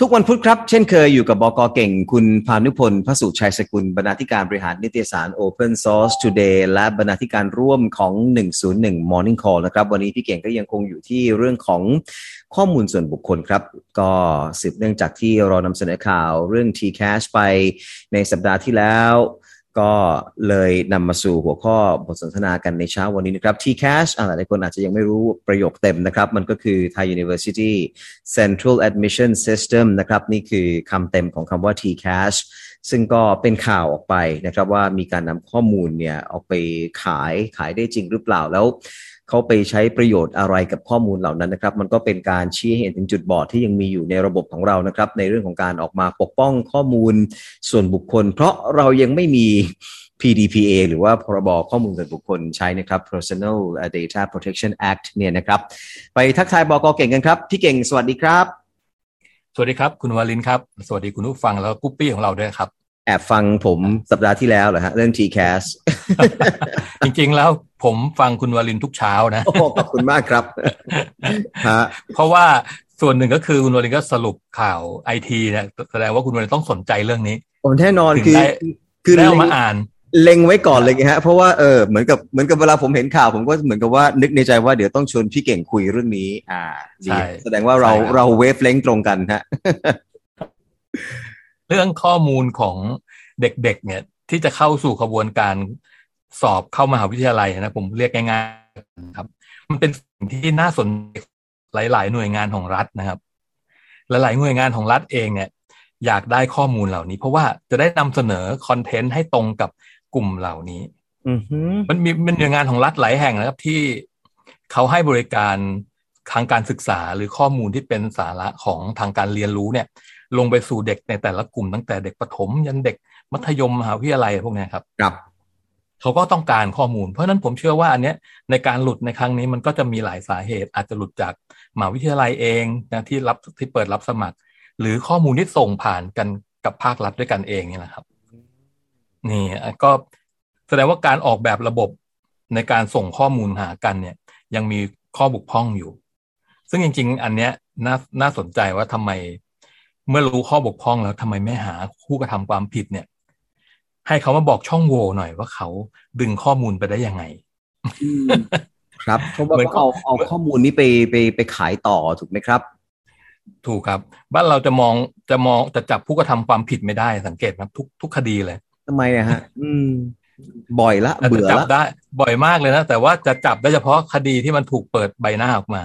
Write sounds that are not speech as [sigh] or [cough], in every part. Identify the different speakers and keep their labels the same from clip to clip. Speaker 1: ทุกวันพุธครับ เช่นเคยอยู่กับบกเก่ง คุณพานุพลพระสุชัยสกุลบรรณาธิการบริหารนิตยสาร Open Source Today และบรรณาธิการร่วมของ 101 Morning Call นะครับ วันนี้พี่เก่งก็ยังคงอยู่ที่เรื่องของข้อมูลส่วนบุคคลครับ ก็สืบเนื่องจากที่เรานำเสนอข่าวเรื่อง T-Cash ไปในสัปดาห์ที่แล้ว ก็เลยนำมาสู่หัวข้อบทสนทนากันในเช้าวันนี้นะครับ T-Cash อ่าหลายๆคนอาจจะยังไม่รู้ประโยคเต็มนะครับ มันก็คือ Thai University Central Admission System นะครับ นี่คือคำเต็มของคำว่า T-Cash ซึ่งก็เป็นข่าวออกไปนะครับว่ามีการนำข้อมูลเนี่ยออกไปขายขายได้จริงหรือเปล่าแล้ว เขาไปใช้ประโยชน์อะไรกับข้อมูลเหล่านั้นนะครับ มันก็เป็นการชี้ให้เห็นถึงจุดบอดที่ยังมีอยู่ในระบบของเรานะครับ ในเรื่องของการออกมาปกป้องข้อมูลส่วนบุคคล เพราะเรายังไม่มี PDPA หรือว่าพรบข้อมูลส่วนบุคคลใช้นะครับ Personal Data Protection Act เนี่ยนะครับ ไปทักทายบอกอเก่งกันครับ พี่เก่งสวัสดีครับ
Speaker 2: สวัสดีครับ คุณวาลินครับ สวัสดีคุณผู้ฟังแล้วก็กุ๊ปปี้ของเราด้วยครับ [laughs]
Speaker 1: แอบฟังผมสัปดาห์ที่แล้วเหรอฮะเรื่อง TCAS
Speaker 2: จริงๆแล้วผมฟังคุณวาลินทุกเช้านะ
Speaker 1: [laughs]
Speaker 2: [laughs]
Speaker 1: โอ้ขอบคุณมากครับ [laughs] ฮะ
Speaker 2: เพราะว่าส่วนหนึ่งก็คือคุณวาลินก็สรุปข่าวไอทีนะแสดงว่าคุณวาลินต้องสนใจเรื่องนี้
Speaker 1: ผมแน่นอน
Speaker 2: ถึ
Speaker 1: คือ
Speaker 2: งได้
Speaker 1: คือ
Speaker 2: ได้เอา
Speaker 1: เล็
Speaker 2: มาง อ่าน
Speaker 1: เล็งไว้ก่อนเลยไงฮะเพราะว่าเออเหมือนกับเหมือนกับเวลาผมเห็นข่าว ผมก็เหมือนกับว่านึกในใจว่าเดี๋ยวต้องชวนพี่เก่งคุยเรื่องนี้ อ่าดี
Speaker 2: ใช่
Speaker 1: แสดงว่าเรา
Speaker 2: ใช่ครับ
Speaker 1: เราเวฟเล้งตรงกันฮะ
Speaker 2: เรื่องข้อมูลของเด็กๆ เนี่ย ที่จะเข้าสู่ขบวนการสอบเข้ามหาวิทยาลัยนะ ผมเรียกง่ายๆครับ มันเป็นสิ่งที่น่าสนใจหลาย ๆ หน่วยงานของรัฐนะครับ หลายๆหน่วยงานของรัฐเองเนี่ย อยากได้ข้อมูลเหล่านี้ เพราะว่าจะได้นำเสนอคอนเทนต์ให้ตรงกับกลุ่มเหล่านี้
Speaker 1: อือหือ
Speaker 2: มันมีมันหน่วยงานของรัฐหลายแห่งนะครับที่เขาให้บริการทางการศึกษาหรือข้อมูลที่เป็นสาระของทางการเรียนรู้เนี่ย ลงไปสู่เด็กในแต่ละกลุ่มตั้งแต่เด็กประถม ยันเด็กมัธยมมหาวิทยาลัยพวกเนี้ยครับ
Speaker 1: ครับ
Speaker 2: เขาก็ต้องการข้อมูล เพราะฉะนั้นผมเชื่อว่าอันเนี้ยในการหลุดในครั้งนี้มันก็จะมีหลายสาเหตุอาจจะหลุดจากมหาวิทยาลัยเองนะที่รับที่เปิดรับสมัคร หรือข้อมูลที่ส่งผ่านกันกับภาครัฐด้วยกันเองนี่แหละครับ นี่ก็แสดงว่าการออกแบบระบบในการส่งข้อมูลหากันเนี่ย ยังมีข้อบกพร่องอยู่ ซึ่งจริง ๆ อันเนี้ยน่าน่าสนใจว่าทำไม เมื่อรู้ข้อบกพร่องแล้วทำไมไม่หาผู้กระทำความผิดเนี่ย ให้เขามาบอกช่องโหว่หน่อยว่าเขาดึงข้อมูลไปได้ยังไง
Speaker 1: ครับเพราะว่า
Speaker 2: เหมือน
Speaker 1: เขาเอาเอา
Speaker 2: เหมือน
Speaker 1: ข้อมูลนี้ไปไปไปขายต่อถูกไหมครับ
Speaker 2: ถูกครับ บ้านเราจะมองจะมองจะจับผู้กระทำความผิดไม่ได้สังเกตนะทุกทุกคดีเลย
Speaker 1: ทำไมอะฮะ อืม บ่อยละ
Speaker 2: แต่
Speaker 1: เบื่อ
Speaker 2: จับ
Speaker 1: ละ
Speaker 2: ได้บ่อยมากเลยนะ แต่ว่าจะจับได้เฉพาะคดีที่มันถูกเปิดใบหน้าออกมา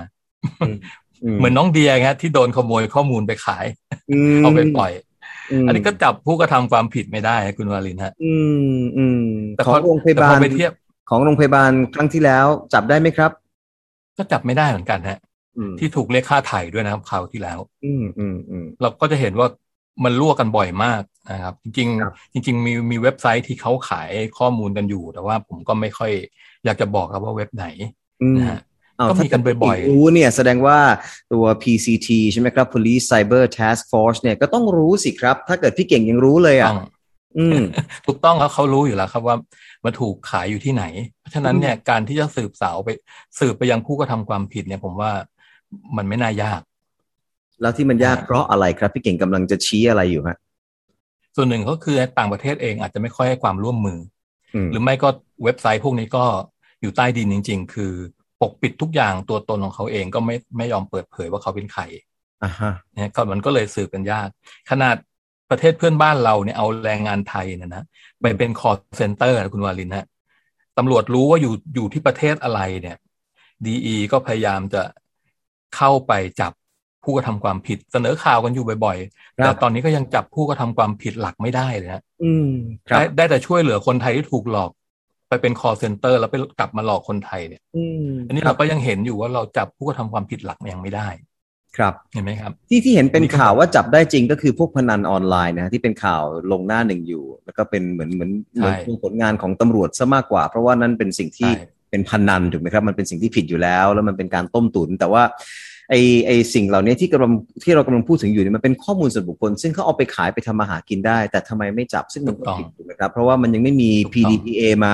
Speaker 2: เหมือนน้องเดียไงที่โดนขโมยข้อมูลไปขาย
Speaker 1: ม
Speaker 2: เอาไปปล่อย
Speaker 1: ม
Speaker 2: อันนี้ก็จับผู้กระทำความผิดไม่ได้นะคุณวาลินฮะ
Speaker 1: อืมอืม
Speaker 2: แต่
Speaker 1: ขอ
Speaker 2: พ
Speaker 1: ง
Speaker 2: อ
Speaker 1: โรงพยา
Speaker 2: แต่
Speaker 1: บา
Speaker 2: พ
Speaker 1: ล
Speaker 2: อไปเทียบ
Speaker 1: ของโรงพยาบาลครั้งที่แล้วจับได้ไหมครับ
Speaker 2: ก็จับไม่ได้เหมือนกันฮะ
Speaker 1: อืม
Speaker 2: ที่ถูกเรียกค่าไถ่ด้วยนะครับคราวที่แล้ว
Speaker 1: อืมอืมอืม
Speaker 2: เราก็จะเห็นว่ามันรั่วกันบ่อยมากนะครับ จริง
Speaker 1: ครับ
Speaker 2: ๆ จริง ๆ มีมีเว็บไซต์ที่เขาขายข้อมูลกันอยู่ แต่ว่าผมก็ไม่ค่อยอยากจะบอกครับว่าเว็บไหน
Speaker 1: อืม
Speaker 2: นะฮะ
Speaker 1: อ้าว
Speaker 2: ก็มีกันบ่อยๆ
Speaker 1: ถ้าเดรู้เนี่ยแสดงว่าตัว PCT ใช่ไหมครับ Police Cyber Task Force เนี่ยก็ต้องรู้สิครับ ถ้าเกิดพี่เก่งยังรู้เลยอ่ะ
Speaker 2: ต้อง
Speaker 1: อืม
Speaker 2: ถูกต้องครับเขารู้อยู่แล้วครับว่ามันถูกขายอยู่ที่ไหน เพราะฉะนั้น
Speaker 1: อืม
Speaker 2: เนี่ยการที่จะสืบสาวไปสืบไปยังผู้กระทำความผิดเนี่ย ผมว่ามันไม่น่ายาก
Speaker 1: แล้วที่มันยากเพราะอะไรครับ พี่เก่งกำลังจะชี้อะไรอยู่ฮะ
Speaker 2: ส่วนหนึ่งก็คือต่างประเทศเองอาจจะไม่ค่อยให้ความร่วมมือ
Speaker 1: อืม
Speaker 2: หรือไม่ก็เว็บไซต์พวกนี้ก็อยู่ใต้ดินจริง ๆ คือปกปิดทุกอย่างตัวตนของเขาเองก็ไม่ไม่ยอมเปิดเผยว่าเขาเป็นใคร
Speaker 1: อ่าฮะ
Speaker 2: เนี่ยก็มันก็เลยสืบกันยาก ขนาดประเทศเพื่อนบ้านเราเนี่ยเอาแรงงานไทยเนะนะไปเป็นคอร์เซนเตอร์นะคุณวาลินฮะตำรวจรู้ว่าอยู่อยู่ที่ประเทศอะไรเนี่ยดีก็พยายามจะเข้าไปจับผู้กระทำความผิดเสนอข่าวกันอยู่บ่อยๆ
Speaker 1: ครั
Speaker 2: แต่
Speaker 1: บ
Speaker 2: ตอนนี้ก็ยังจับผู้กระทำความผิดหลักไม่ได้เลยนะ
Speaker 1: อืมครับ
Speaker 2: ได้ได้แต่ช่วยเหลือคนไทยที่ถูกหลอก ไปเป็นคอร์เซนเตอร์แล้วไปกลับมาหลอกคนไทยเนี่ย
Speaker 1: อืม
Speaker 2: อันนี้
Speaker 1: ครั
Speaker 2: เรา
Speaker 1: บ
Speaker 2: ก็ยังเห็นอยู่ว่าเราจับผู้กระทำความผิดหลักเนี่ยยังไม่ได้
Speaker 1: ครับ
Speaker 2: เห็นไหมครับ
Speaker 1: ที่ที่เห็นเป็น
Speaker 2: นี่ก็
Speaker 1: ข่าวว่าจับได้จริงก็คือพวกพนันออนไลน์นะฮะที่เป็นข่าวลงหน้าหนึ่งอยู่ แล้วก็เป็นเหมือนเหมือนเหมือนเป็นผลงานของตำรวจซะมากกว่า เพราะว่านั่นเป็นสิ่งที่
Speaker 2: ใช่
Speaker 1: เป็นพนันถูกไหมครับ มันเป็นสิ่งที่ผิดอยู่แล้ว แล้วมันเป็นการต้มตุน แต่ว่าไอไอสิ่งเหล่านี้ที่กำลังที่เรากำลังพูดถึงอยู่เนี่ยมันเป็นข้อมูลส่วนบุคคล ซึ่งเขาเอาไปขายไปทำมาหากินได้ แต่ทำไมไม่จับซึ่งมันก็ผิดถูกไหมครับ เพราะว่ามันยังไม่มี
Speaker 2: ถูกต้อง
Speaker 1: PDPA มา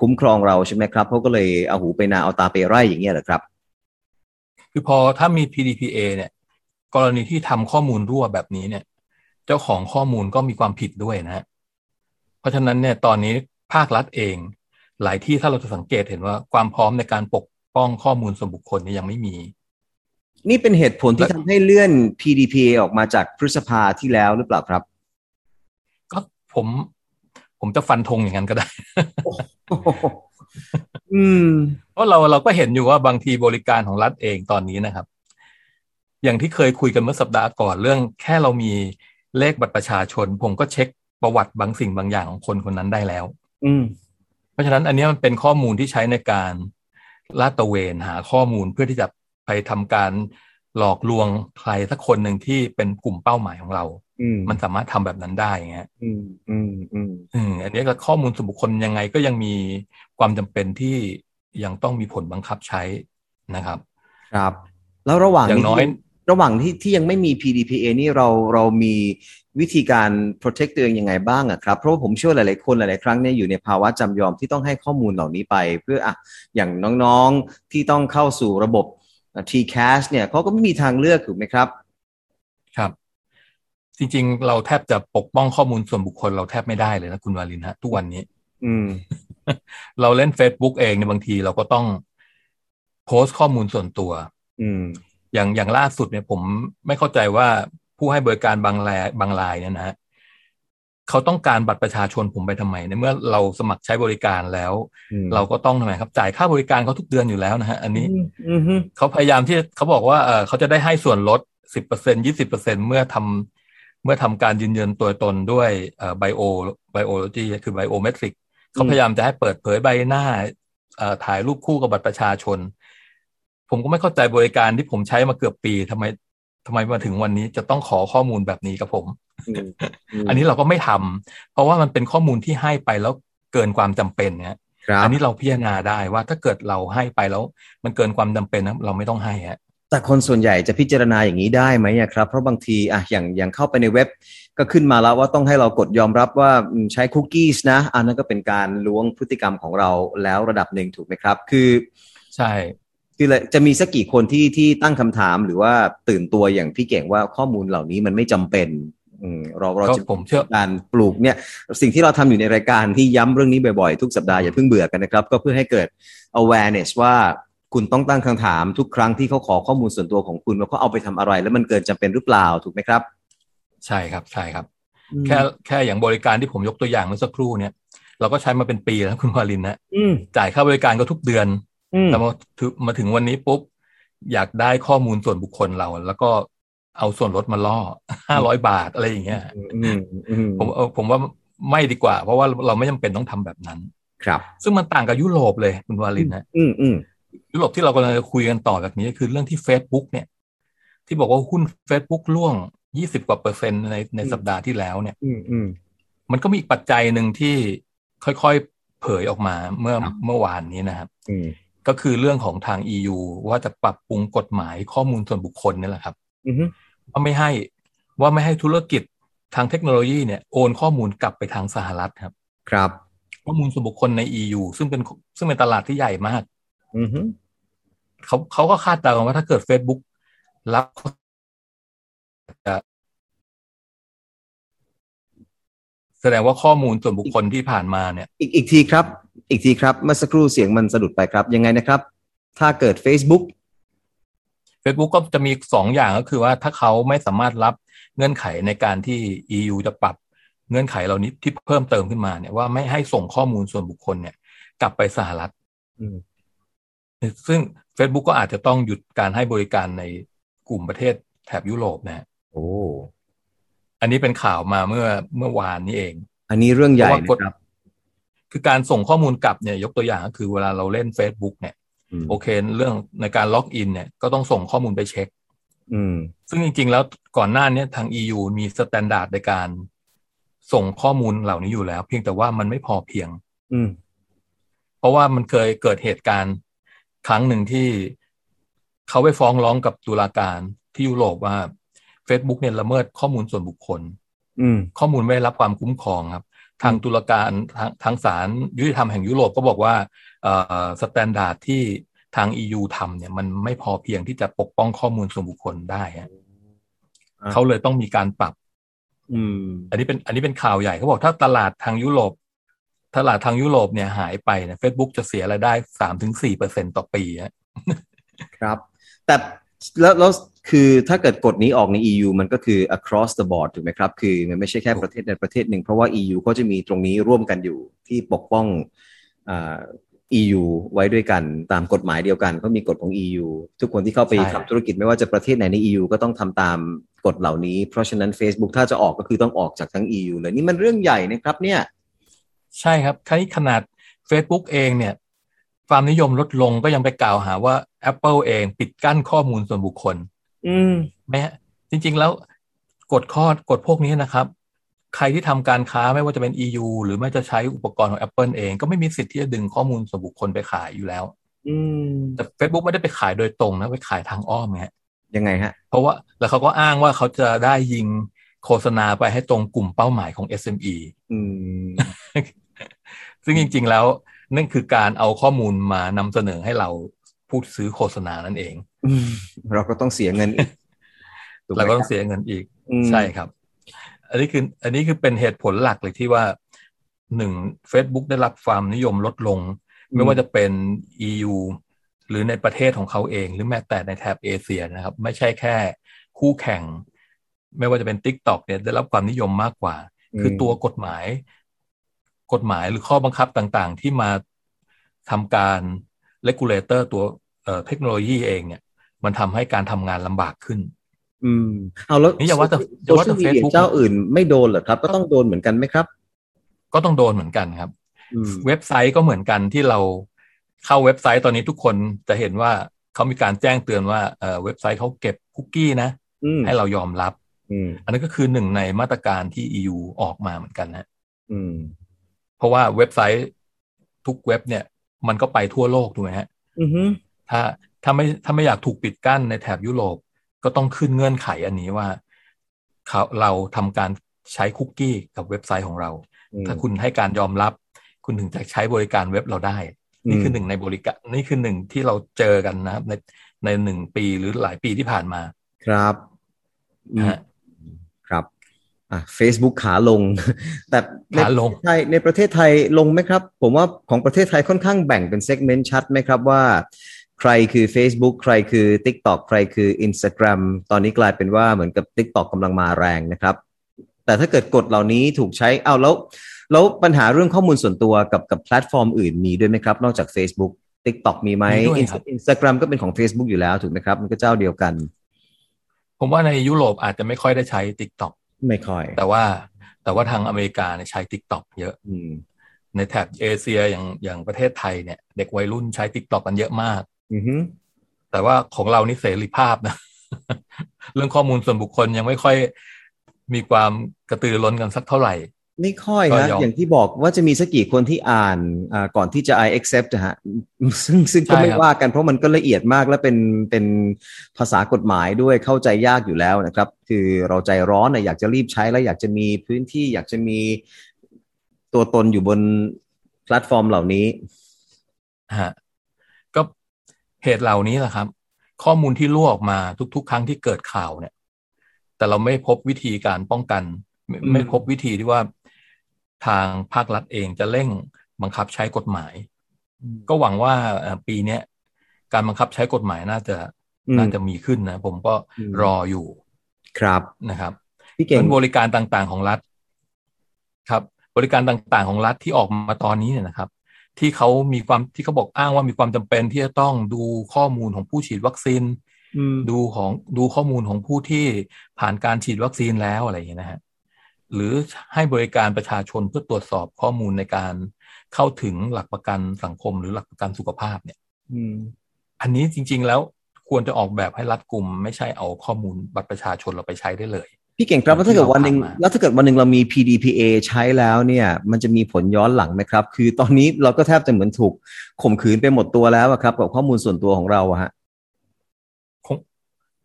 Speaker 1: คุ้มครองเราใช่ไหมครับเขาก็เลยเอาหูไปนาเอาตาไปไร่อย่างเงี้ยเหรอครับ
Speaker 2: คือพอถ้ามี PDPA เนี่ย กรณีที่ทำข้อมูลรั่วแบบนี้เนี่ย เจ้าของข้อมูลก็มีความผิดด้วยนะฮะเพราะฉะนั้นเนี่ยตอนนี้ภาครัฐเอง หลายที่ถ้าเราจะสังเกตเห็นว่าความพร้อมในการปกป้องข้อมูลส่วนบุคคลเนี่ยยังไม่มี
Speaker 1: นี่เป็นเหตุผลที่ทำให้เลื่อน PDPA ออกมาจากพฤษภาที่แล้วหรือเปล่า
Speaker 2: [laughs]
Speaker 1: ครับ
Speaker 2: ก็ผมผมจะฟันธงอย่างนั้นก็ได้
Speaker 1: อืม
Speaker 2: เพราะเราเราก็เห็นอยู่ว่าบางทีบริการของรัฐเองตอนนี้นะครับ อย่างที่เคยคุยกันเมื่อสัปดาห์ก่อนเรื่อง แค่เรามีเลขบัตรประชาชน ผมก็เช็คประวัติบางสิ่งบางอย่างของคนคนนั้นได้แล้ว
Speaker 1: อืม
Speaker 2: เพราะฉะนั้นอันเนี้ยมันเป็นข้อมูลที่ใช้ในการลาดตระเวนหาข้อมูลเพื่อที่จะไปทำการหลอกลวงใครสักคนหนึ่งที่เป็นกลุ่มเป้าหมายของเรา
Speaker 1: อืม
Speaker 2: มันสามารถทำแบบนั้นได้ไงฮะ
Speaker 1: อืมอืมอืม
Speaker 2: อืมอันนี้ก็ข้อมูลส่วนบุคคลยังไงก็ยังมีความจำเป็นที่ยังต้องมีผลบังคับใช้นะครับ
Speaker 1: ครับ แล้วระหว่าง
Speaker 2: อย่างน้อย
Speaker 1: ระหว่างที่ที่ยังไม่มี PDPA นี่เราเรามีวิธีการ protect ตัวเองยังไงบ้างอะครับ เพราะว่าผมเชื่อหลาย ๆ คนหลาย ๆ ครั้งเนี่ยอยู่ในภาวะจำยอมที่ต้องให้ข้อมูลเหล่านี้ไป เพื่ออะอย่างน้องๆที่ต้องเข้าสู่ระบบ TCAS เนี่ยเขาก็ไม่มีทางเลือกถูกไหมครับ
Speaker 2: ครับ จริงๆ เราแทบจะปกป้องข้อมูลส่วนบุคคลเราแทบไม่ได้เลยนะคุณวาลินฮะทุกวันนี้
Speaker 1: อืม
Speaker 2: เราเล่น Facebook เองในยบางทีเราก็ต้องโพสต์ข้อมูลส่วนตัว
Speaker 1: อืม
Speaker 2: อย่างอย่างล่าสุดเนี่ยผมไม่เข้าใจว่าผู้ให้บริการบางรายบางรายเนี่ยนะฮะเขาต้องการบัตรประชาชนผมไปทำไมในเมื่อเราสมัครใช้บริการแล้ว
Speaker 1: อืม
Speaker 2: เราก็ต้องทำไมครับจ่ายค่าบริการเขาทุกเดือนอยู่แล้วนะฮะอันนี้
Speaker 1: อืมอืมฮึ
Speaker 2: เขาพยายามที่เขาบอกว่าเออเขาจะได้ให้ส่วนลดสิบเปอร์เซ็นยี่สิบเปอร์เซ็นเมื่อทำเมื่อทำการยืนยันตัวตนด้วยเอ่อไบโอไบโอโลจีคือไบโอเมตริกเขาพยายามจะให้เปิดเผยใบหน้าเอ่อถ่ายรูปคู่กับบัตรประชาชน ผมก็ไม่เข้าใจบริการที่ผมใช้มาเกือบปีทำไมทำไมมาถึงวันนี้จะต้องขอข้อมูลแบบนี้กับผม
Speaker 1: อืม
Speaker 2: อันนี้เราก็ไม่ทำเพราะว่ามันเป็นข้อมูลที่ให้ไปแล้วเกินความจำเป็นเนี่ย
Speaker 1: ครับ
Speaker 2: อันนี้เราพิจารณาได้ว่าถ้าเกิดเราให้ไปแล้ว มันเกินความจำเป็นนะเราไม่ต้องให้ฮะ
Speaker 1: แต่คนส่วนใหญ่จะพิจารณาอย่างนี้ได้ไหมอะครับ เพราะบางทีอะอย่างอย่างเข้าไปในเว็บก็ขึ้นมาแล้วว่าต้องให้เรากดยอมรับว่าอืมใช้คุกกี้นะ อันนั้นก็เป็นการล้วงพฤติกรรมของเราแล้วระดับหนึ่งถูกไหมครับ คือ
Speaker 2: ใช่
Speaker 1: คือเลยจะมีสักกี่คนที่ที่ตั้งคำถามหรือว่าตื่นตัวอย่างพี่เก่งว่าข้อมูลเหล่านี้มันไม่จำเป็นอืมเราเรา
Speaker 2: ก็
Speaker 1: จะ
Speaker 2: ผมเชื่อ
Speaker 1: การปลูกเนี่ย สิ่งที่เราทำอยู่ในรายการที่ย้ำเรื่องนี้บ่อยๆ ทุกสัปดาห์อย่าเพิ่งเบื่อกันนะครับ ก็เพื่อให้เกิด awareness ว่าคุณต้องตั้งคำถามทุกครั้งที่เขาขอข้อมูลส่วนตัวของคุณว่าเขาเอาไปทำอะไร แล้วมันเกินจำเป็นหรือเปล่าถูกไหมครับ
Speaker 2: ใช่ครับใช่ครับ แค่แค่อย่างบริการที่ผมยกตัวอย่างเมื่อสักครู่เนี่ย เราก็ใช้มาเป็นปีแล้วคุณ [laughs] วาลินนะ
Speaker 1: อืม
Speaker 2: จ่ายค่าบริการก็ทุกเดือน
Speaker 1: อืม
Speaker 2: แต่มาถึงมาถึงวันนี้ปุ๊บ อยากได้ข้อมูลส่วนบุคคลเรา แล้วก็เอาส่วนลดมาล่อห้าร้อยบาทอะไรอย่างเงี้ย
Speaker 1: อืมอืม
Speaker 2: ผมเออผมว่าไม่ดีกว่า เพราะว่าเราไม่จำเป็นต้องทำแบบนั้น
Speaker 1: ครับ
Speaker 2: ซึ่งมันต่างกับยุโรปเลยคุณวาลินนะ
Speaker 1: อืมอืม
Speaker 2: ยุโรปที่เรากำลังจะคุยกันต่อจากนี้คือเรื่องที่ Facebook เนี่ย ที่บอกว่าหุ้น Facebook ร่วง 20 กว่าเปอร์เซ็นต์ในในสัปดาห์ที่แล้วเนี่ย
Speaker 1: อืมอืม
Speaker 2: มันก็มีอีกปัจจัยหนึ่งที่ค่อยๆเผยออกมาเมื่อ
Speaker 1: ครับ
Speaker 2: เมื่อวานนี้นะครับ
Speaker 1: อืม
Speaker 2: ก็คือเรื่องของทาง EU ว่าจะปรับปรุงกฎหมายข้อมูลส่วนบุคคลนี่แหละครับ
Speaker 1: อืมฮึ
Speaker 2: ว่าไม่ให้ว่าไม่ให้ธุรกิจทางเทคโนโลยีเนี่ยโอนข้อมูลกลับไปทางสหรัฐครับ
Speaker 1: ครับ
Speaker 2: ข้อมูลส่วนบุคคลใน EU ซึ่งเป็นซึ่งเป็นตลาดที่ใหญ่มาก
Speaker 1: อืมฮึ
Speaker 2: เขาเขาก็คาดเดากันว่าถ้าเกิด Facebook รับจะแสดงว่าข้อมูลส่วนบุคคลที่ผ่านมาเนี่ย
Speaker 1: อีกอีกทีครับ อีกทีครับเมื่อสักครู่เสียงมันสะดุดไปครับยังไงนะครับ ถ้าเกิด Facebook
Speaker 2: Facebook ก็จะมีสองอย่างก็คือว่าถ้าเขาไม่สามารถรับเงื่อนไขในการที่ EU จะปรับเงื่อนไขเหล่านี้ที่เพิ่มเติมขึ้นมาเนี่ยว่าไม่ให้ส่งข้อมูลส่วนบุคคลเนี่ย กลับไปสหรัฐ
Speaker 1: อืม
Speaker 2: ซึ่ง Facebook ก็อาจจะต้องหยุดการให้บริการในกลุ่มประเทศแถบยุโรปนะฮะ
Speaker 1: โอ้
Speaker 2: อันนี้เป็นข่าวมาเมื่อเมื่อวานนี้เอง
Speaker 1: อันนี้เรื่องใหญ่
Speaker 2: เพราะว่ากฎ
Speaker 1: นะครับ
Speaker 2: คือการส่งข้อมูลกลับเนี่ยยกตัวอย่างก็คือเวลาเราเล่น Facebook เนี่ย
Speaker 1: อืม
Speaker 2: โอเคเรื่องในการล็อกอินเนี่ยก็ต้องส่งข้อมูลไปเช็ค
Speaker 1: อืม
Speaker 2: ซึ่งจริง ๆ แล้วก่อนหน้าเนี้ทาง EU มีสแตนดาร์ดในการส่งข้อมูลเหล่านี้อยู่แล้ว เพียงแต่ว่ามันไม่พอเพียง
Speaker 1: อืม
Speaker 2: เพราะว่ามันเคยเกิดเหตุการณ์ครั้งหนึ่งที่เขาไปฟ้องร้องกับตุลาการที่ยุโรปว่า Facebook เนี่ยละเมิดข้อมูลส่วนบุคคล
Speaker 1: อืม
Speaker 2: ข้อมูลไม่ได้รับความคุ้มครองครับ ทางตุลาการทางทางศาลยุติธรรมแห่งยุโรปก็บอกว่าเอ่อสแตนดาร์ดที่ทาง EU ทำเนี่ยมันไม่พอเพียงที่จะปกป้องข้อมูลส่วนบุคคลได้ฮะ
Speaker 1: อ่ะ
Speaker 2: เขาเลยต้องมีการปรับ
Speaker 1: อืม
Speaker 2: อันนี้เป็นอันนี้เป็นข่าวใหญ่เขาบอกถ้าตลาดทางยุโรปตลาดทางยุโรปเนี่ยหายไปเนี่ย Facebook จะเสียรายได้สามถึงสี่เปอร์เซ็นต่อปีฮะ
Speaker 1: ครับ แต่แล้วแล้วคือถ้าเกิดกฎนี้ออกใน EU มันก็คือ across the board ถูกไหมครับ คือมันไม่ใช่แค่ประเทศใดประเทศหนึ่ง เพราะว่า EU ก็จะมีตรงนี้ร่วมกันอยู่ที่ปกป้องอ่า EU ไว้ด้วยกันตามกฎหมายเดียวกันก็มีกฎของ EU ทุกคนที่เข้าไปทำธุรกิจไม่ว่าจะประเทศไหนใน EU ก็ต้องทำตามกฎเหล่านี้ เพราะฉะนั้น Facebook ถ้าจะออกก็คือต้องออกจากทั้ง EU เลยนี่มันเรื่องใหญ่นะครับเนี่ย
Speaker 2: ใช่ครับคราวนี้ขนาด Facebook เองเนี่ย ความนิยมลดลงก็ยังไปกล่าวหาว่า Apple เองปิดกั้นข้อมูลส่วนบุคคล
Speaker 1: อืม
Speaker 2: แม้จริง ๆ แล้วกฎข้อกฎพวกนี้นะครับ ใครที่ทำการค้าไม่ว่าจะเป็น EU หรือแม้จะใช้อุปกรณ์ของ Apple เองก็ไม่มีสิทธิ์ที่จะดึงข้อมูลส่วนบุคคลไปขายอยู่แล้ว
Speaker 1: อืม
Speaker 2: แต่ Facebook ไม่ได้ไปขายโดยตรงนะไปขายทางอ้อมไงฮะ
Speaker 1: ยังไงฮะ
Speaker 2: เพราะว่าแล้วเขาก็อ้างว่าเขาจะได้ยิงโฆษณาไปให้ตรงกลุ่มเป้าหมายของ SME
Speaker 1: อืม
Speaker 2: ซึ่งจริง ๆ แล้วนั่นคือการเอาข้อมูลมานำเสนอให้เราผู้ซื้อโฆษณานั่นเอง
Speaker 1: [laughs] เราก็ต้องเสียเงินอีกถูไหม
Speaker 2: [laughs] เราก็ต้อ
Speaker 1: คบ
Speaker 2: งเสียเงินอีก
Speaker 1: อืม
Speaker 2: ใช่ครับ อันนี้คืออันนี้คือเป็นเหตุผลหลักเลยที่ว่าหนึ่ง Facebook ได้รับความนิยมลดลง ไม่ว่าจะเป็น EU หรือในประเทศของเขาเอง หรือแม้แต่ในแถบเอเชียนะครับ ไม่ใช่แค่คู่แข่ง ไม่ว่าจะเป็น TikTok เนี่ยได้รับความนิยมมากกว่า
Speaker 1: อืม
Speaker 2: คือตัวกฎหมาย กฎหมายหรือข้อบังคับต่างๆ ที่มาทำการเลกูลเลเตอร์ตัวเอ่อเทคโนโลยีเองเนี่ย มันทำให้การทำงานลำบากขึ้น
Speaker 1: อืมเอาแล้ว
Speaker 2: นี่อย่าว่าแต่อย่าว่าแต่
Speaker 1: โซเชียลมีเดีย
Speaker 2: Facebook
Speaker 1: เจ้าอื่นไม่โดนเหรอครับ ก็ต้องโดนเหมือนกันไหมครับ
Speaker 2: ก็ต้องโดนเหมือนกันครับ
Speaker 1: อืม
Speaker 2: เว็บไซต์ก็เหมือนกันที่เราเข้าเว็บไซต์ตอนนี้ทุกคนจะเห็นว่าเขามีการแจ้งเตือนว่าเอ่อเว็บไซต์เขาเก็บคุกกี้นะ
Speaker 1: อืม
Speaker 2: ให้เรายอมรับ
Speaker 1: อืม
Speaker 2: อันนั้นก็คือหนึ่งในมาตรการที่ EU ออกมาเหมือนกันนะ
Speaker 1: อืม
Speaker 2: เพราะว่าเว็บไซต์ทุกเว็บเนี่ย มันก็ไปทั่วโลกถูกไหมฮะ
Speaker 1: อือฮึ
Speaker 2: ถ้าถ้าไม่ถ้าไม่อยากถูกปิดกั้นในแถบยุโรปก็ต้องขึ้นเงื่อนไขอันนี้ว่าเขาเราทำการใช้คุกกี้กับเว็บไซต์ของเรา
Speaker 1: อืม
Speaker 2: ถ้าคุณให้การยอมรับ คุณถึงจะใช้บริการเว็บเราได้ นี่คือหนึ่งในบริการนี่คือหนึ่งที่เราเจอกันนะครับ ในในหนึ่งปีหรือหลายปีที่ผ่านมา
Speaker 1: ครับอืม
Speaker 2: นะฮะ
Speaker 1: ครับอ่ะ Facebook ขาลง [laughs] แต่ใน
Speaker 2: ขาลง
Speaker 1: ประเทศไทยในประเทศไทยลงไหมครับ ผมว่าของประเทศไทยค่อนข้างแบ่งเป็นเซกเมนต์ชัดไหมครับว่า ใครคือ Facebook ใครคือ TikTok ใครคือ Instagram ตอนนี้กลายเป็นว่าเหมือนกับ TikTok กำลังมาแรงนะครับ แต่ถ้าเกิดกฎเหล่านี้ถูกใช้เอาแล้ว แล้วปัญหาเรื่องข้อมูลส่วนตัวกับกับแพลตฟอร์มอื่นมีด้วยไหมครับ นอกจาก Facebook TikTok มีไหม
Speaker 2: มีด้วยครับ
Speaker 1: Insta- Instagram ก็เป็นของ Facebook อยู่แล้วถูกไหมครับ มันก็เจ้าเดียวกัน
Speaker 2: ผมว่าในยุโรปอาจจะไม่ค่อยได้ใช้ t ิ k t o k
Speaker 1: ไม่ค่อย
Speaker 2: แต่ว่าแต่ว่าทางอเมริกาเนี่ยใช้ t ิ k t o k เยอะ
Speaker 1: อืม
Speaker 2: ในแถบเอเชียอย่างอย่างประเทศไทยเนี่ย เด็กวัยรุ่นใช้ t ิ k t o k กันเยอะมาก
Speaker 1: อือฮึ
Speaker 2: แต่ว่าของเรานี่เสรีภาพนะ [laughs] เรื่องข้อมูลส่วนบุคคลยังไม่ค่อยมีความกระตือรือร้นกันสักเท่าไหร่
Speaker 1: ไม่ค่อย
Speaker 2: ก็
Speaker 1: นะ
Speaker 2: ยอม
Speaker 1: อย่างที่บอกว่าจะมีสักกี่คนที่อ่านอ่าก่อนที่จะ I accept นะฮะ ซึ่งซึ่งก็ไม่ว่ากันเพราะมันก็ละเอียดมากและเป็นเป็นภาษากฎหมายด้วยเข้าใจยากอยู่แล้วนะครับ คือเราใจร้อนนะอยากจะรีบใช้และอยากจะมีพื้นที่อยากจะมีตัวตนอยู่บนแพลตฟอร์มเหล่านี้
Speaker 2: ฮะก็เหตุเหล่านี้แหละครับ ข้อมูลที่รั่วออกมาทุก ๆ ครั้งที่เกิดข่าวเนี่ย แต่เราไม่พบวิธีการป้องกัน ไม่
Speaker 1: อืม
Speaker 2: ไม่พบวิธีที่ว่าทางภาครัฐเองจะเร่งบังคับใช้กฎหมาย ก็หวังว่าเอ่อปีเนี้ยการบังคับใช้กฎหมายน่าจะ
Speaker 1: อืม
Speaker 2: น่าจะมีขึ้นนะ ผมก็
Speaker 1: อืม
Speaker 2: รออยู่
Speaker 1: ครับ
Speaker 2: นะครับ
Speaker 1: พี่
Speaker 2: เ่
Speaker 1: เก่ง
Speaker 2: นบริการต่างๆของรัฐ ครับ บริการต่างๆของรัฐที่ออกมาตอนนี้เนี่ยนะครับ ที่เขามีความที่เขาบอกอ้างว่ามีความจำเป็นที่จะต้องดูข้อมูลของผู้ฉีดวัคซีน
Speaker 1: อืม
Speaker 2: ดูของดูข้อมูลของผู้ที่ผ่านการฉีดวัคซีนแล้วอะไรอย่างเงี้ยนะฮะหรือให้บริการประชาชนเพื่อตรวจสอบข้อมูลในการเข้าถึงหลักประกันสังคม หรือหลักประกันสุขภาพเนี่ย
Speaker 1: อืม
Speaker 2: อันนี้จริง ๆ แล้วควรจะออกแบบให้รัดกุม ไม่ใช่เอาข้อมูลบัตรประชาชนเราไปใช้ได้เลย
Speaker 1: พี่เก่งครับแล้วถ้าเกิดวันหนึ่ง
Speaker 2: ที่เราผ่านมา
Speaker 1: แล้วถ้าเกิดวันหนึ่งเรามี PDPA ใช้แล้วเนี่ย มันจะมีผลย้อนหลังไหมครับ คือตอนนี้เราก็แทบจะเหมือนถูกข่มขืนไปหมดตัวแล้วอะครับ กับข้อมูลส่วนตัวของเราอะฮะ
Speaker 2: คง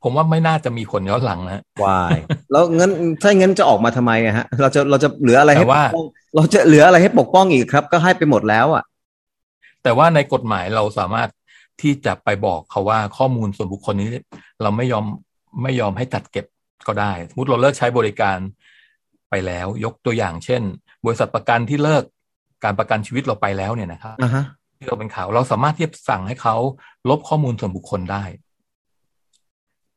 Speaker 2: ผมว่าไม่น่าจะมีผลย้อนหลังนะ
Speaker 1: วาย [laughs] แล้วงั้นถ้างั้นจะออกมาทำไมอะฮะ เราจะเราจะเหลืออะไรให้
Speaker 2: แต่ว่า
Speaker 1: ปกป้องเราจะเหลืออะไรให้ปกป้องอีกครับ ก็ให้ไปหมดแล้วอะ
Speaker 2: แต่ว่าในกฎหมายเราสามารถที่จะไปบอกเขาว่าข้อมูลส่วนบุคคลนี้ เราไม่ยอมไม่ยอมให้จัดเก็บ ก็ได้สมมติเราเลิกใช้บริการไปแล้ว ยกตัวอย่างเช่น บริษัทประกันที่เลิกการประกันชีวิตเราไปแล้วเนี่ยนะครับ
Speaker 1: อ่าฮะ
Speaker 2: ที่เราเป็นข่าวเราสามารถที่จะสั่งให้เขาลบข้อมูลส่วนบุคคลได้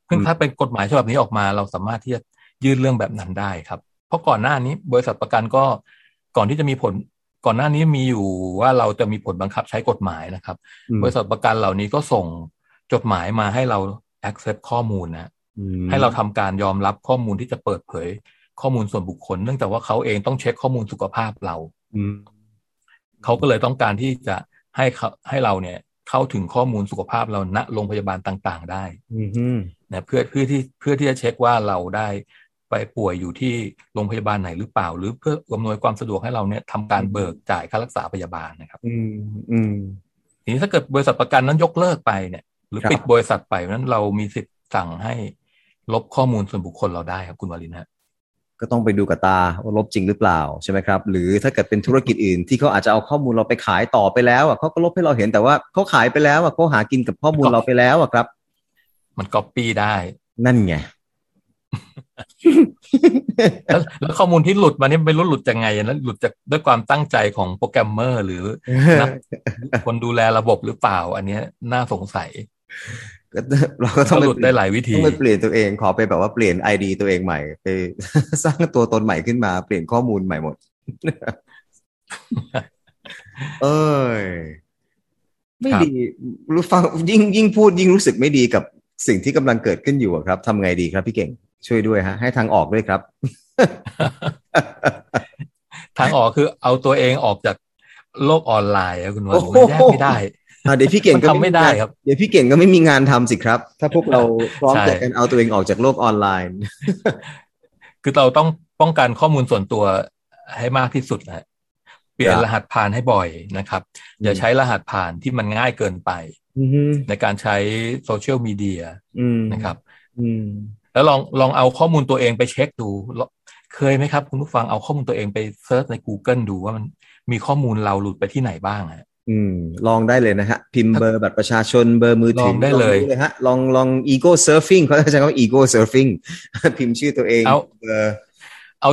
Speaker 2: ซึ่งถ้าเป็นกฎหมายฉบับนี้ออกมา เราสามารถที่จะยื่นเรื่องแบบนั้นได้ครับ เพราะก่อนหน้านี้ บริษัทประกันก็ก่อนที่จะมีผลก่อนหน้านี้มีอยู่ว่าเราจะมีผลบังคับใช้กฎหมายนะครับ
Speaker 1: อืม
Speaker 2: บริษัทประกันเหล่านี้ก็ส่งจดหมายมาให้เรา accept ข้อมูลนะ
Speaker 1: อืม
Speaker 2: ให้เราทำการยอมรับข้อมูลที่จะเปิดเผย ข้อมูลส่วนบุคคล เนื่องจากว่าเขาเองต้องเช็คข้อมูลสุขภาพเรา
Speaker 1: อืม
Speaker 2: เขาก็เลยต้องการที่จะให้เขาให้เราเนี่ยเข้าถึงข้อมูลสุขภาพเราณโรงพยาบาลต่าง ๆ ได้
Speaker 1: อืมฮึ
Speaker 2: นะเพื่อเพื่อที่เพื่อที่จะเช็คว่าเราได้ไปป่วยอยู่ที่โรงพยาบาลไหนหรือเปล่า หรือเพื่ออำนวยความสะดวกให้เราเนี่ยทำการเบิกจ่ายค่ารักษาพยาบาลนะครับ
Speaker 1: อืมอืม
Speaker 2: ทีนี้ถ้าเกิดบริษัทประกันนั้นยกเลิกไปเนี่ยหรือ
Speaker 1: ครับ
Speaker 2: ปิดบริษัทไปนั้นเรามีสิทธิ์สั่งให้ลบข้อมูลส่วนบุคคลเราได้ครับคุณวรินทร์ฮะ
Speaker 1: ก็ต้องไปดูกับตาว่าลบจริงหรือเปล่าใช่ไหมครับ หรือถ้าเกิดเป็นธุรกิจอื่นที่เขาอาจจะเอาข้อมูลเราไปขายต่อไปแล้วอ่ะเขาก็ลบให้เราเห็นแต่ว่าเขาขายไปแล้วอ่ะเขาหากินกับข้อมูลเราไปแล้วอ่ะครับ
Speaker 2: มันก๊อปปี้ได้
Speaker 1: นั่นไง
Speaker 2: แล้วแล้วข้อมูลที่หลุดมาเนี่ยไม่รู้หลุดจากไงนั้นหลุดจากด้วยความตั้งใจของโปรแกรมเมอร์ หรือนัก [laughs] คนดูแลระบบหรือเปล่า อันเนี้ยน่าสงสัย
Speaker 1: ก็ [laughs] เราก็ต้อง
Speaker 2: ก็
Speaker 1: ไป
Speaker 2: หลุดได้หลายวิธี
Speaker 1: ต้องไปเปลี่ยนตัวเองขอไปแบบว่าเปลี่ยนไอดีตัวเองใหม่ไป สร้างตัวตนใหม่ขึ้นมาเปลี่ยนข้อมูลใหม่หมด [laughs] เอ้ย ไม่ดีรู้ฟังยิ่งยิ่งพูดยิ่งรู้สึกไม่ดีกับสิ่งที่กำลังเกิดขึ้นอยู่อะครับทำไงดีครับพี่เก่งช่วยด้วยฮะ ให้ทางออกด้วยครับ
Speaker 2: ทางออกคือเอาตัวเองออกจากโลกออนไลน์อะคุณวรินทร์
Speaker 1: โอ้
Speaker 2: มัน
Speaker 1: โห
Speaker 2: แยกไม่ได้
Speaker 1: อ่ะเดี๋ยวพี่เก่งก็
Speaker 2: มันทำไม่ได้ครับ
Speaker 1: เดี๋ยวพี่เก่งก็ไม่มีงานทำสิครับ ถ้าพวกเราพร้อม
Speaker 2: ใช่
Speaker 1: ใจกันเอาตัวเองออกจากโลกออนไลน์ [laughs]
Speaker 2: คือเราต้องป้องกันข้อมูลส่วนตัวให้มากที่สุดนะฮะเปลี่ย
Speaker 1: ค
Speaker 2: น
Speaker 1: รับ
Speaker 2: รหัสผ่านให้บ่อยนะครับ อย่าใช้รหัสผ่านที่มันง่ายเกินไป
Speaker 1: อืม
Speaker 2: ในการใช้โซเชียลมีเดีย
Speaker 1: อืม
Speaker 2: นะครับ
Speaker 1: อืม
Speaker 2: แล้วลองลองเอาข้อมูลตัวเองไปเช็คดูลองเคยไหมครับ คุณผู้ฟังเอาข้อมูลตัวเองไปเซิร์ชใน Google ดูว่ามันมีข้อมูลเราหลุดไปที่ไหนบ้างฮะ
Speaker 1: อืมลองได้เลยนะฮะ พิมพ์เบอร์บัตรประชาชนเบอร์มือถื
Speaker 2: ลองได้เลย
Speaker 1: ดูฮะลองลองอีโก้เซิร์ฟฟิงเขาจะใช้คำว่าอีโก้เซิร์ฟฟิง [laughs] พิมพ์ชื่อตัวเอง
Speaker 2: เอา
Speaker 1: เบอร์
Speaker 2: เอา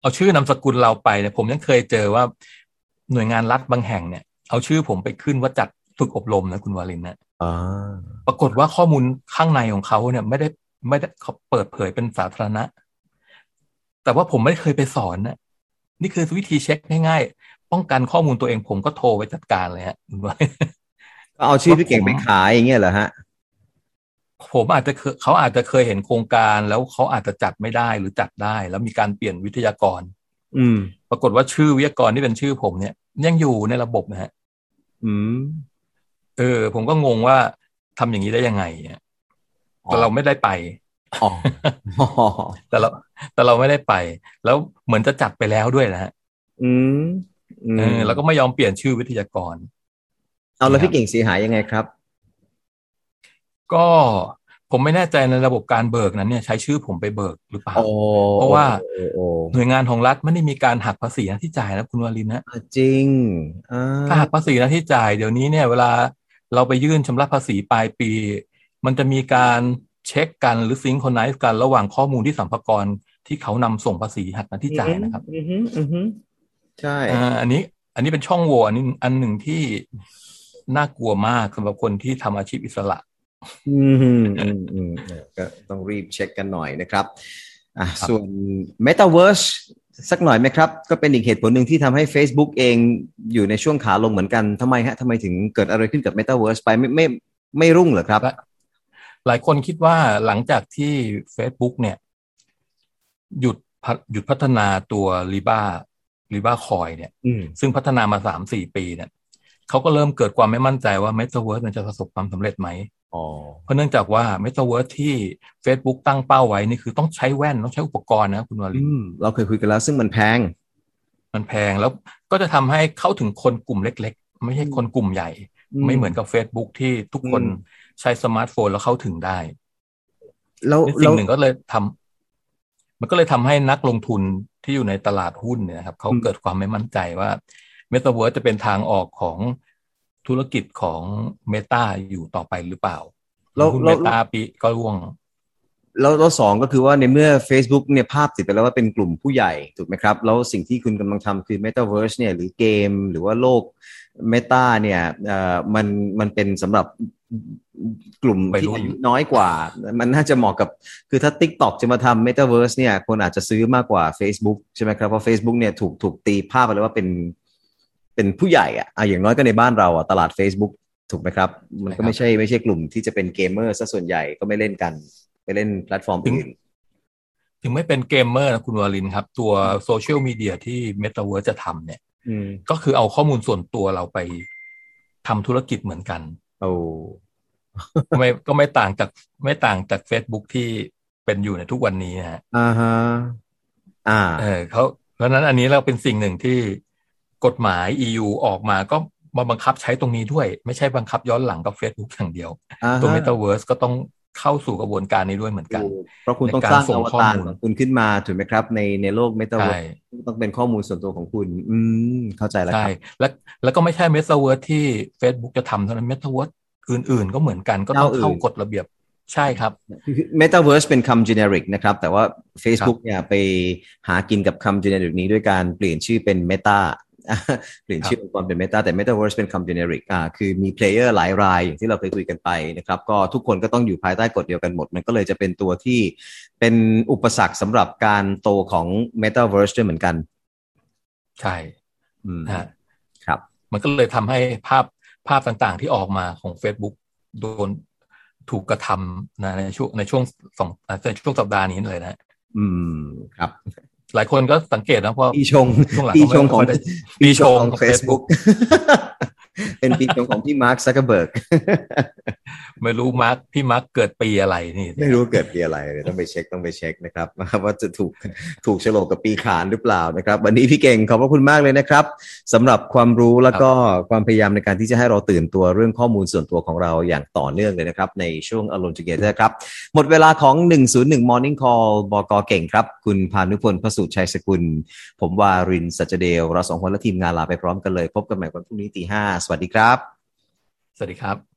Speaker 2: เอาชื่อนามสกุลเราไปเนี่ยผมยังเคยเจอว่าหน่วยงานรัฐบางแห่งเนี่ย เอาชื่อผมไปขึ้นว่าจัดฝึกอบรมนะคุณวาลินนะ
Speaker 1: อ่า
Speaker 2: ปรากฏว่าข้อมูลข้างในของเขาเนี่ยไม่ได้ไม่ได้เขาเปิดเผยเป็นสาธารณะ แต่ว่าผมไม่เคยไปสอนนะนี่คือวิธีเช็คง่ายๆ ป้องกันข้อมูลตัวเองผมก็โทรไปจัดการเลยฮะ [laughs] คุณบอย
Speaker 1: ก็เอาชื่อพี่เก่ง
Speaker 2: ผม
Speaker 1: ไปขายอย่างเงี้ยเหรอฮะ
Speaker 2: ผมอาจจะเคยเขาอาจจะเคยเห็นโครงการแล้วเขาอาจจะจัดไม่ได้หรือจัดได้ แล้วมีการเปลี่ยนวิทยากร
Speaker 1: อืม
Speaker 2: ปรากฏว่าชื่อวิทยากรที่เป็นชื่อผมเนี่ย ยังอยู่ในระบบนะฮะ
Speaker 1: อืม
Speaker 2: เออผมก็งงว่าทำอย่างนี้ได้ยังไงเนี่ยแต่เราไม่ได้ไป
Speaker 1: อ๋ออ๋อ
Speaker 2: แต่เราแต่เราไม่ได้ไป แล้วเหมือนจะจัดไปแล้วด้วยนะฮะ
Speaker 1: อืมอืม
Speaker 2: เออแล้วก็ไม่ยอมเปลี่ยนชื่อวิทยากร
Speaker 1: เอาแล้วพี่เก่งเสียหายยังไงครับ
Speaker 2: ก็ผมไม่แน่ใจในระบบการเบิกนั้นเนี่ยใช้ชื่อผมไปเบิกหรือเปล่า
Speaker 1: โอ้
Speaker 2: เพราะว่า
Speaker 1: โอ้โอ้
Speaker 2: หน่วยงานของรัฐไม่ได้มีการหักภาษีนะที่จ่ายนะคุณวารินนะ
Speaker 1: อ่ะจริงอ่า
Speaker 2: ถ้าหักภาษีนะที่จ่ายเดี๋ยวนี้เนี่ยเวลาเราไปยื่นชำระภาษีปลายปี มันจะมีการเช็คกันหรือซิงค์คนไนซ์กันระหว่างข้อมูลที่สัมภาระที่เขานำส่งภาษีหักหนะที่จ่ายนะครับ
Speaker 1: อืมอืมอืมอืมใช่
Speaker 2: อ่าอันนี้อันนี้เป็นช่องโหว่อันนี้อันหนึ่งที่น่ากลัวมากสำหรับคนที่ทำอาชีพอิสระ
Speaker 1: อืมอืมอืมอืมเออก็ต้องรีบเช็คกันหน่อยนะครับอ่ะ
Speaker 2: ครับ
Speaker 1: ส่วน Metaverse สักหน่อยไหมครับ ก็เป็นอีกเหตุผลหนึ่งที่ทำให้ Facebook เองอยู่ในช่วงขาลงเหมือนกันทำไมฮะทำไมถึงเกิดอะไรขึ้นกับ Metaverse ไปไม่ไม่ไม่รุ่งเหรอครับ
Speaker 2: หลายคนคิดว่าหลังจากที่ Facebook เนี่ย หยุดพัฒหยุดพัฒนาตัว r i b a r i b a Coin เนี่ย
Speaker 1: อืม
Speaker 2: ซึ่งพัฒนามาสามสี่ปีเนี่ยเขาก็เริ่มเกิดความไม่มั่นใจว่า Metaverse มันจะประสบความสำเร็จไหม
Speaker 1: อ๋อ
Speaker 2: เพราะเนื่องจากว่า Metaverse ที่ Facebook ตั้งเป้าไว้นี่คือต้องใช้แว่นต้องใช้อุปกรณ์นะครับคุณวรินทร์
Speaker 1: อืมเราเคยคุยกันแล้วซึ่งมันแพง
Speaker 2: มันแพงแล้วก็จะทำให้เข้าถึงคนกลุ่มเล็ก ๆ ไม่ใช่คนกลุ่มใหญ่ ไม่เหมือนกับ Facebook ที่ทุกคน
Speaker 1: อืม
Speaker 2: ใช้สมาร์ทโฟนแล้วเข้าถึงได้
Speaker 1: แล้ว
Speaker 2: นี่สิ่
Speaker 1: แล้
Speaker 2: ง
Speaker 1: ว
Speaker 2: หนึ่งก็เลยทำมันก็เลยทำให้นักลงทุนที่อยู่ในตลาดหุ้นเนี่ยนะครับเขา
Speaker 1: อืม
Speaker 2: เกิดความไม่มั่นใจว่า m e t a เวิร์จะเป็นทางออกของธุรกิจของ Meta อยู่ต่อไปหรือเปล่า
Speaker 1: แล้ว
Speaker 2: หุ้น
Speaker 1: แล้ว
Speaker 2: เมตาปีก็ร่วง
Speaker 1: แล้วแล้วสองก็คือว่าในเมื่อ Facebook เนี่ยภาพติดไปแล้วว่าเป็นกลุ่มผู้ใหญ่ถูกไหมครับ แล้วสิ่งที่คุณกำลังทำคือ Metaverse เนี่ยหรือเกมหรือว่าโลก Meta เนี่ยเอ่อมันมันเป็นสำหรับกลุ่ม
Speaker 2: วัย
Speaker 1: ที่
Speaker 2: รุ่น
Speaker 1: อายุน้อยกว่า มันน่าจะเหมาะกับคือถ้า TikTok จะมาทำ Metaverse เนี่ยคนอาจจะซื้อมากกว่า Facebook ใช่ไหมครับ เพราะ Facebook เนี่ยถูกถูกตีภาพไปแล้วว่าเป็นเป็นผู้ใหญ่อะอ่ะอย่างน้อยก็ในบ้านเราอะตลาด Facebook ถูกไหมครับ มันก็ไม่ใช่ไม่ใช่กลุ่มที่จะเป็นเกมเมอร์ซะส่วนใหญ่ก็ไม่เล่นกัน ไปเล่นแพลตฟอร์มอื่น
Speaker 2: ถึงไม่เป็นเกมเมอร์นะคุณวารินครับ ตัวโซเชียลมีเดียที่ Metaverse จะทำเนี่ย
Speaker 1: อืม
Speaker 2: ก็คือเอาข้อมูลส่วนตัวเราไปทำธุรกิจเหมือนกัน
Speaker 1: โอ้
Speaker 2: ก็ไม่ก็ไม่ต่างจากไม่ต่างจาก Facebook ที่เป็นอยู่ในทุกวันนี้นะฮะ
Speaker 1: อ่าฮะอ่า
Speaker 2: เออเขาเพราะฉะนั้นอันนี้เราเป็นสิ่งหนึ่งที่กฎหมาย EU ออกมาก็มาบังคับใช้ตรงนี้ด้วย ไม่ใช่บังคับย้อนหลังกับ Facebook อย่างเดียว
Speaker 1: อ่าฮะ
Speaker 2: ตัว Metaverse ก็ต้องเข้าสู่กระบวนการนี้ด้วยเหมือนกัน
Speaker 1: เพราะคุณต้องสร้าง
Speaker 2: ในการส่ง
Speaker 1: อว
Speaker 2: ข้อ
Speaker 1: ตาร
Speaker 2: มูล
Speaker 1: ของคุณขึ้นมาถูกไหมครับ ในในโลกเมตาเวิ
Speaker 2: ใช่
Speaker 1: ร์ต้องเป็นข้อมูลส่วนตัวของคุณ อืม เข้าใจแล้วค
Speaker 2: ใช่
Speaker 1: รับ
Speaker 2: แล้วแล้วก็ไม่ใช่ Metaverse ที่ Facebook จะทำเท่านั้น Metaverse อื่น ๆ ก็เหมือนกันก็ต้อง
Speaker 1: เจ้าอื่น
Speaker 2: เข้ากฎระเบียบใช่ครับ
Speaker 1: เมตาเวิร์สเป็นคำ generic นะครับ แต่ว่า Facebook เนี่ยไปหากินกับคำ generic นี้ด้วยการเปลี่ยนชื่อเป็น Meta [laughs] อ่ะเปลี่ยนชื่อองค์กรเป็น Meta แต่ Metaverse เป็นคำ generic อ่าคือมี player หลายรายอย่างที่เราเคยคุยกันไปนะครับ ก็ทุกคนก็ต้องอยู่ภายใต้กฎเดียวกันหมด มันก็เลยจะเป็นตัวที่เป็นอุปสรรคสำหรับการโตของ Metaverse ด้วยเหมือนกัน
Speaker 2: ใช่
Speaker 1: อืม
Speaker 2: นะฮะ
Speaker 1: ครับ
Speaker 2: มันก็เลยทำให้ภาพภาพต่างๆที่ออกมาของ Facebook โดนถูกกระทำนะในช่วงในช่วงสองอ่าในช่วงสัปดาห์นี้เลยนะ
Speaker 1: อืมครับ
Speaker 2: หลายคนก็สังเกตนะเพราะ
Speaker 1: ปีชง
Speaker 2: ช่วงหลัง
Speaker 1: ปี
Speaker 2: ก็ไม่
Speaker 1: ชงของ
Speaker 2: ค่ยได้ปีชงของ
Speaker 1: เฟซบุ๊
Speaker 2: Facebook
Speaker 1: ก [laughs] เป็นปีชงของพี่มาร์คซักเกอร์เบิร์ก
Speaker 2: ไม่รู้มาร์คพี่มาร์คเกิดปีอะไรนี่
Speaker 1: ไม่รู้เกิดปีอะไรเดี๋ยวต้องไปเช็คต้องไปเช็คนะครับ ว่าจะถูกถูกโฉลกกับปีขานหรือเปล่านะครับ วันนี้พี่เก่งขอบพระคุณมากเลยนะครับสำหรับความรู้แล้วก็ความพยายามในการที่จะให้เราตื่นตัวเรื่องข้อมูลส่วนตัวของเราอย่างต่อเนื่องเลยนะครับ ในช่วง Alone Together ครับ หมดเวลาของ 101 Morning Call บกเก่งครับ คุณพานุพลพระสูตรชัยสกุล ผมวารินสัจเดลเราสองคนและทีมงานลาไปพร้อมกันเลย พบกันใหม่วันพรุ่งนี้ตีห้าสวัสดีครับ
Speaker 2: สวัสดีครับ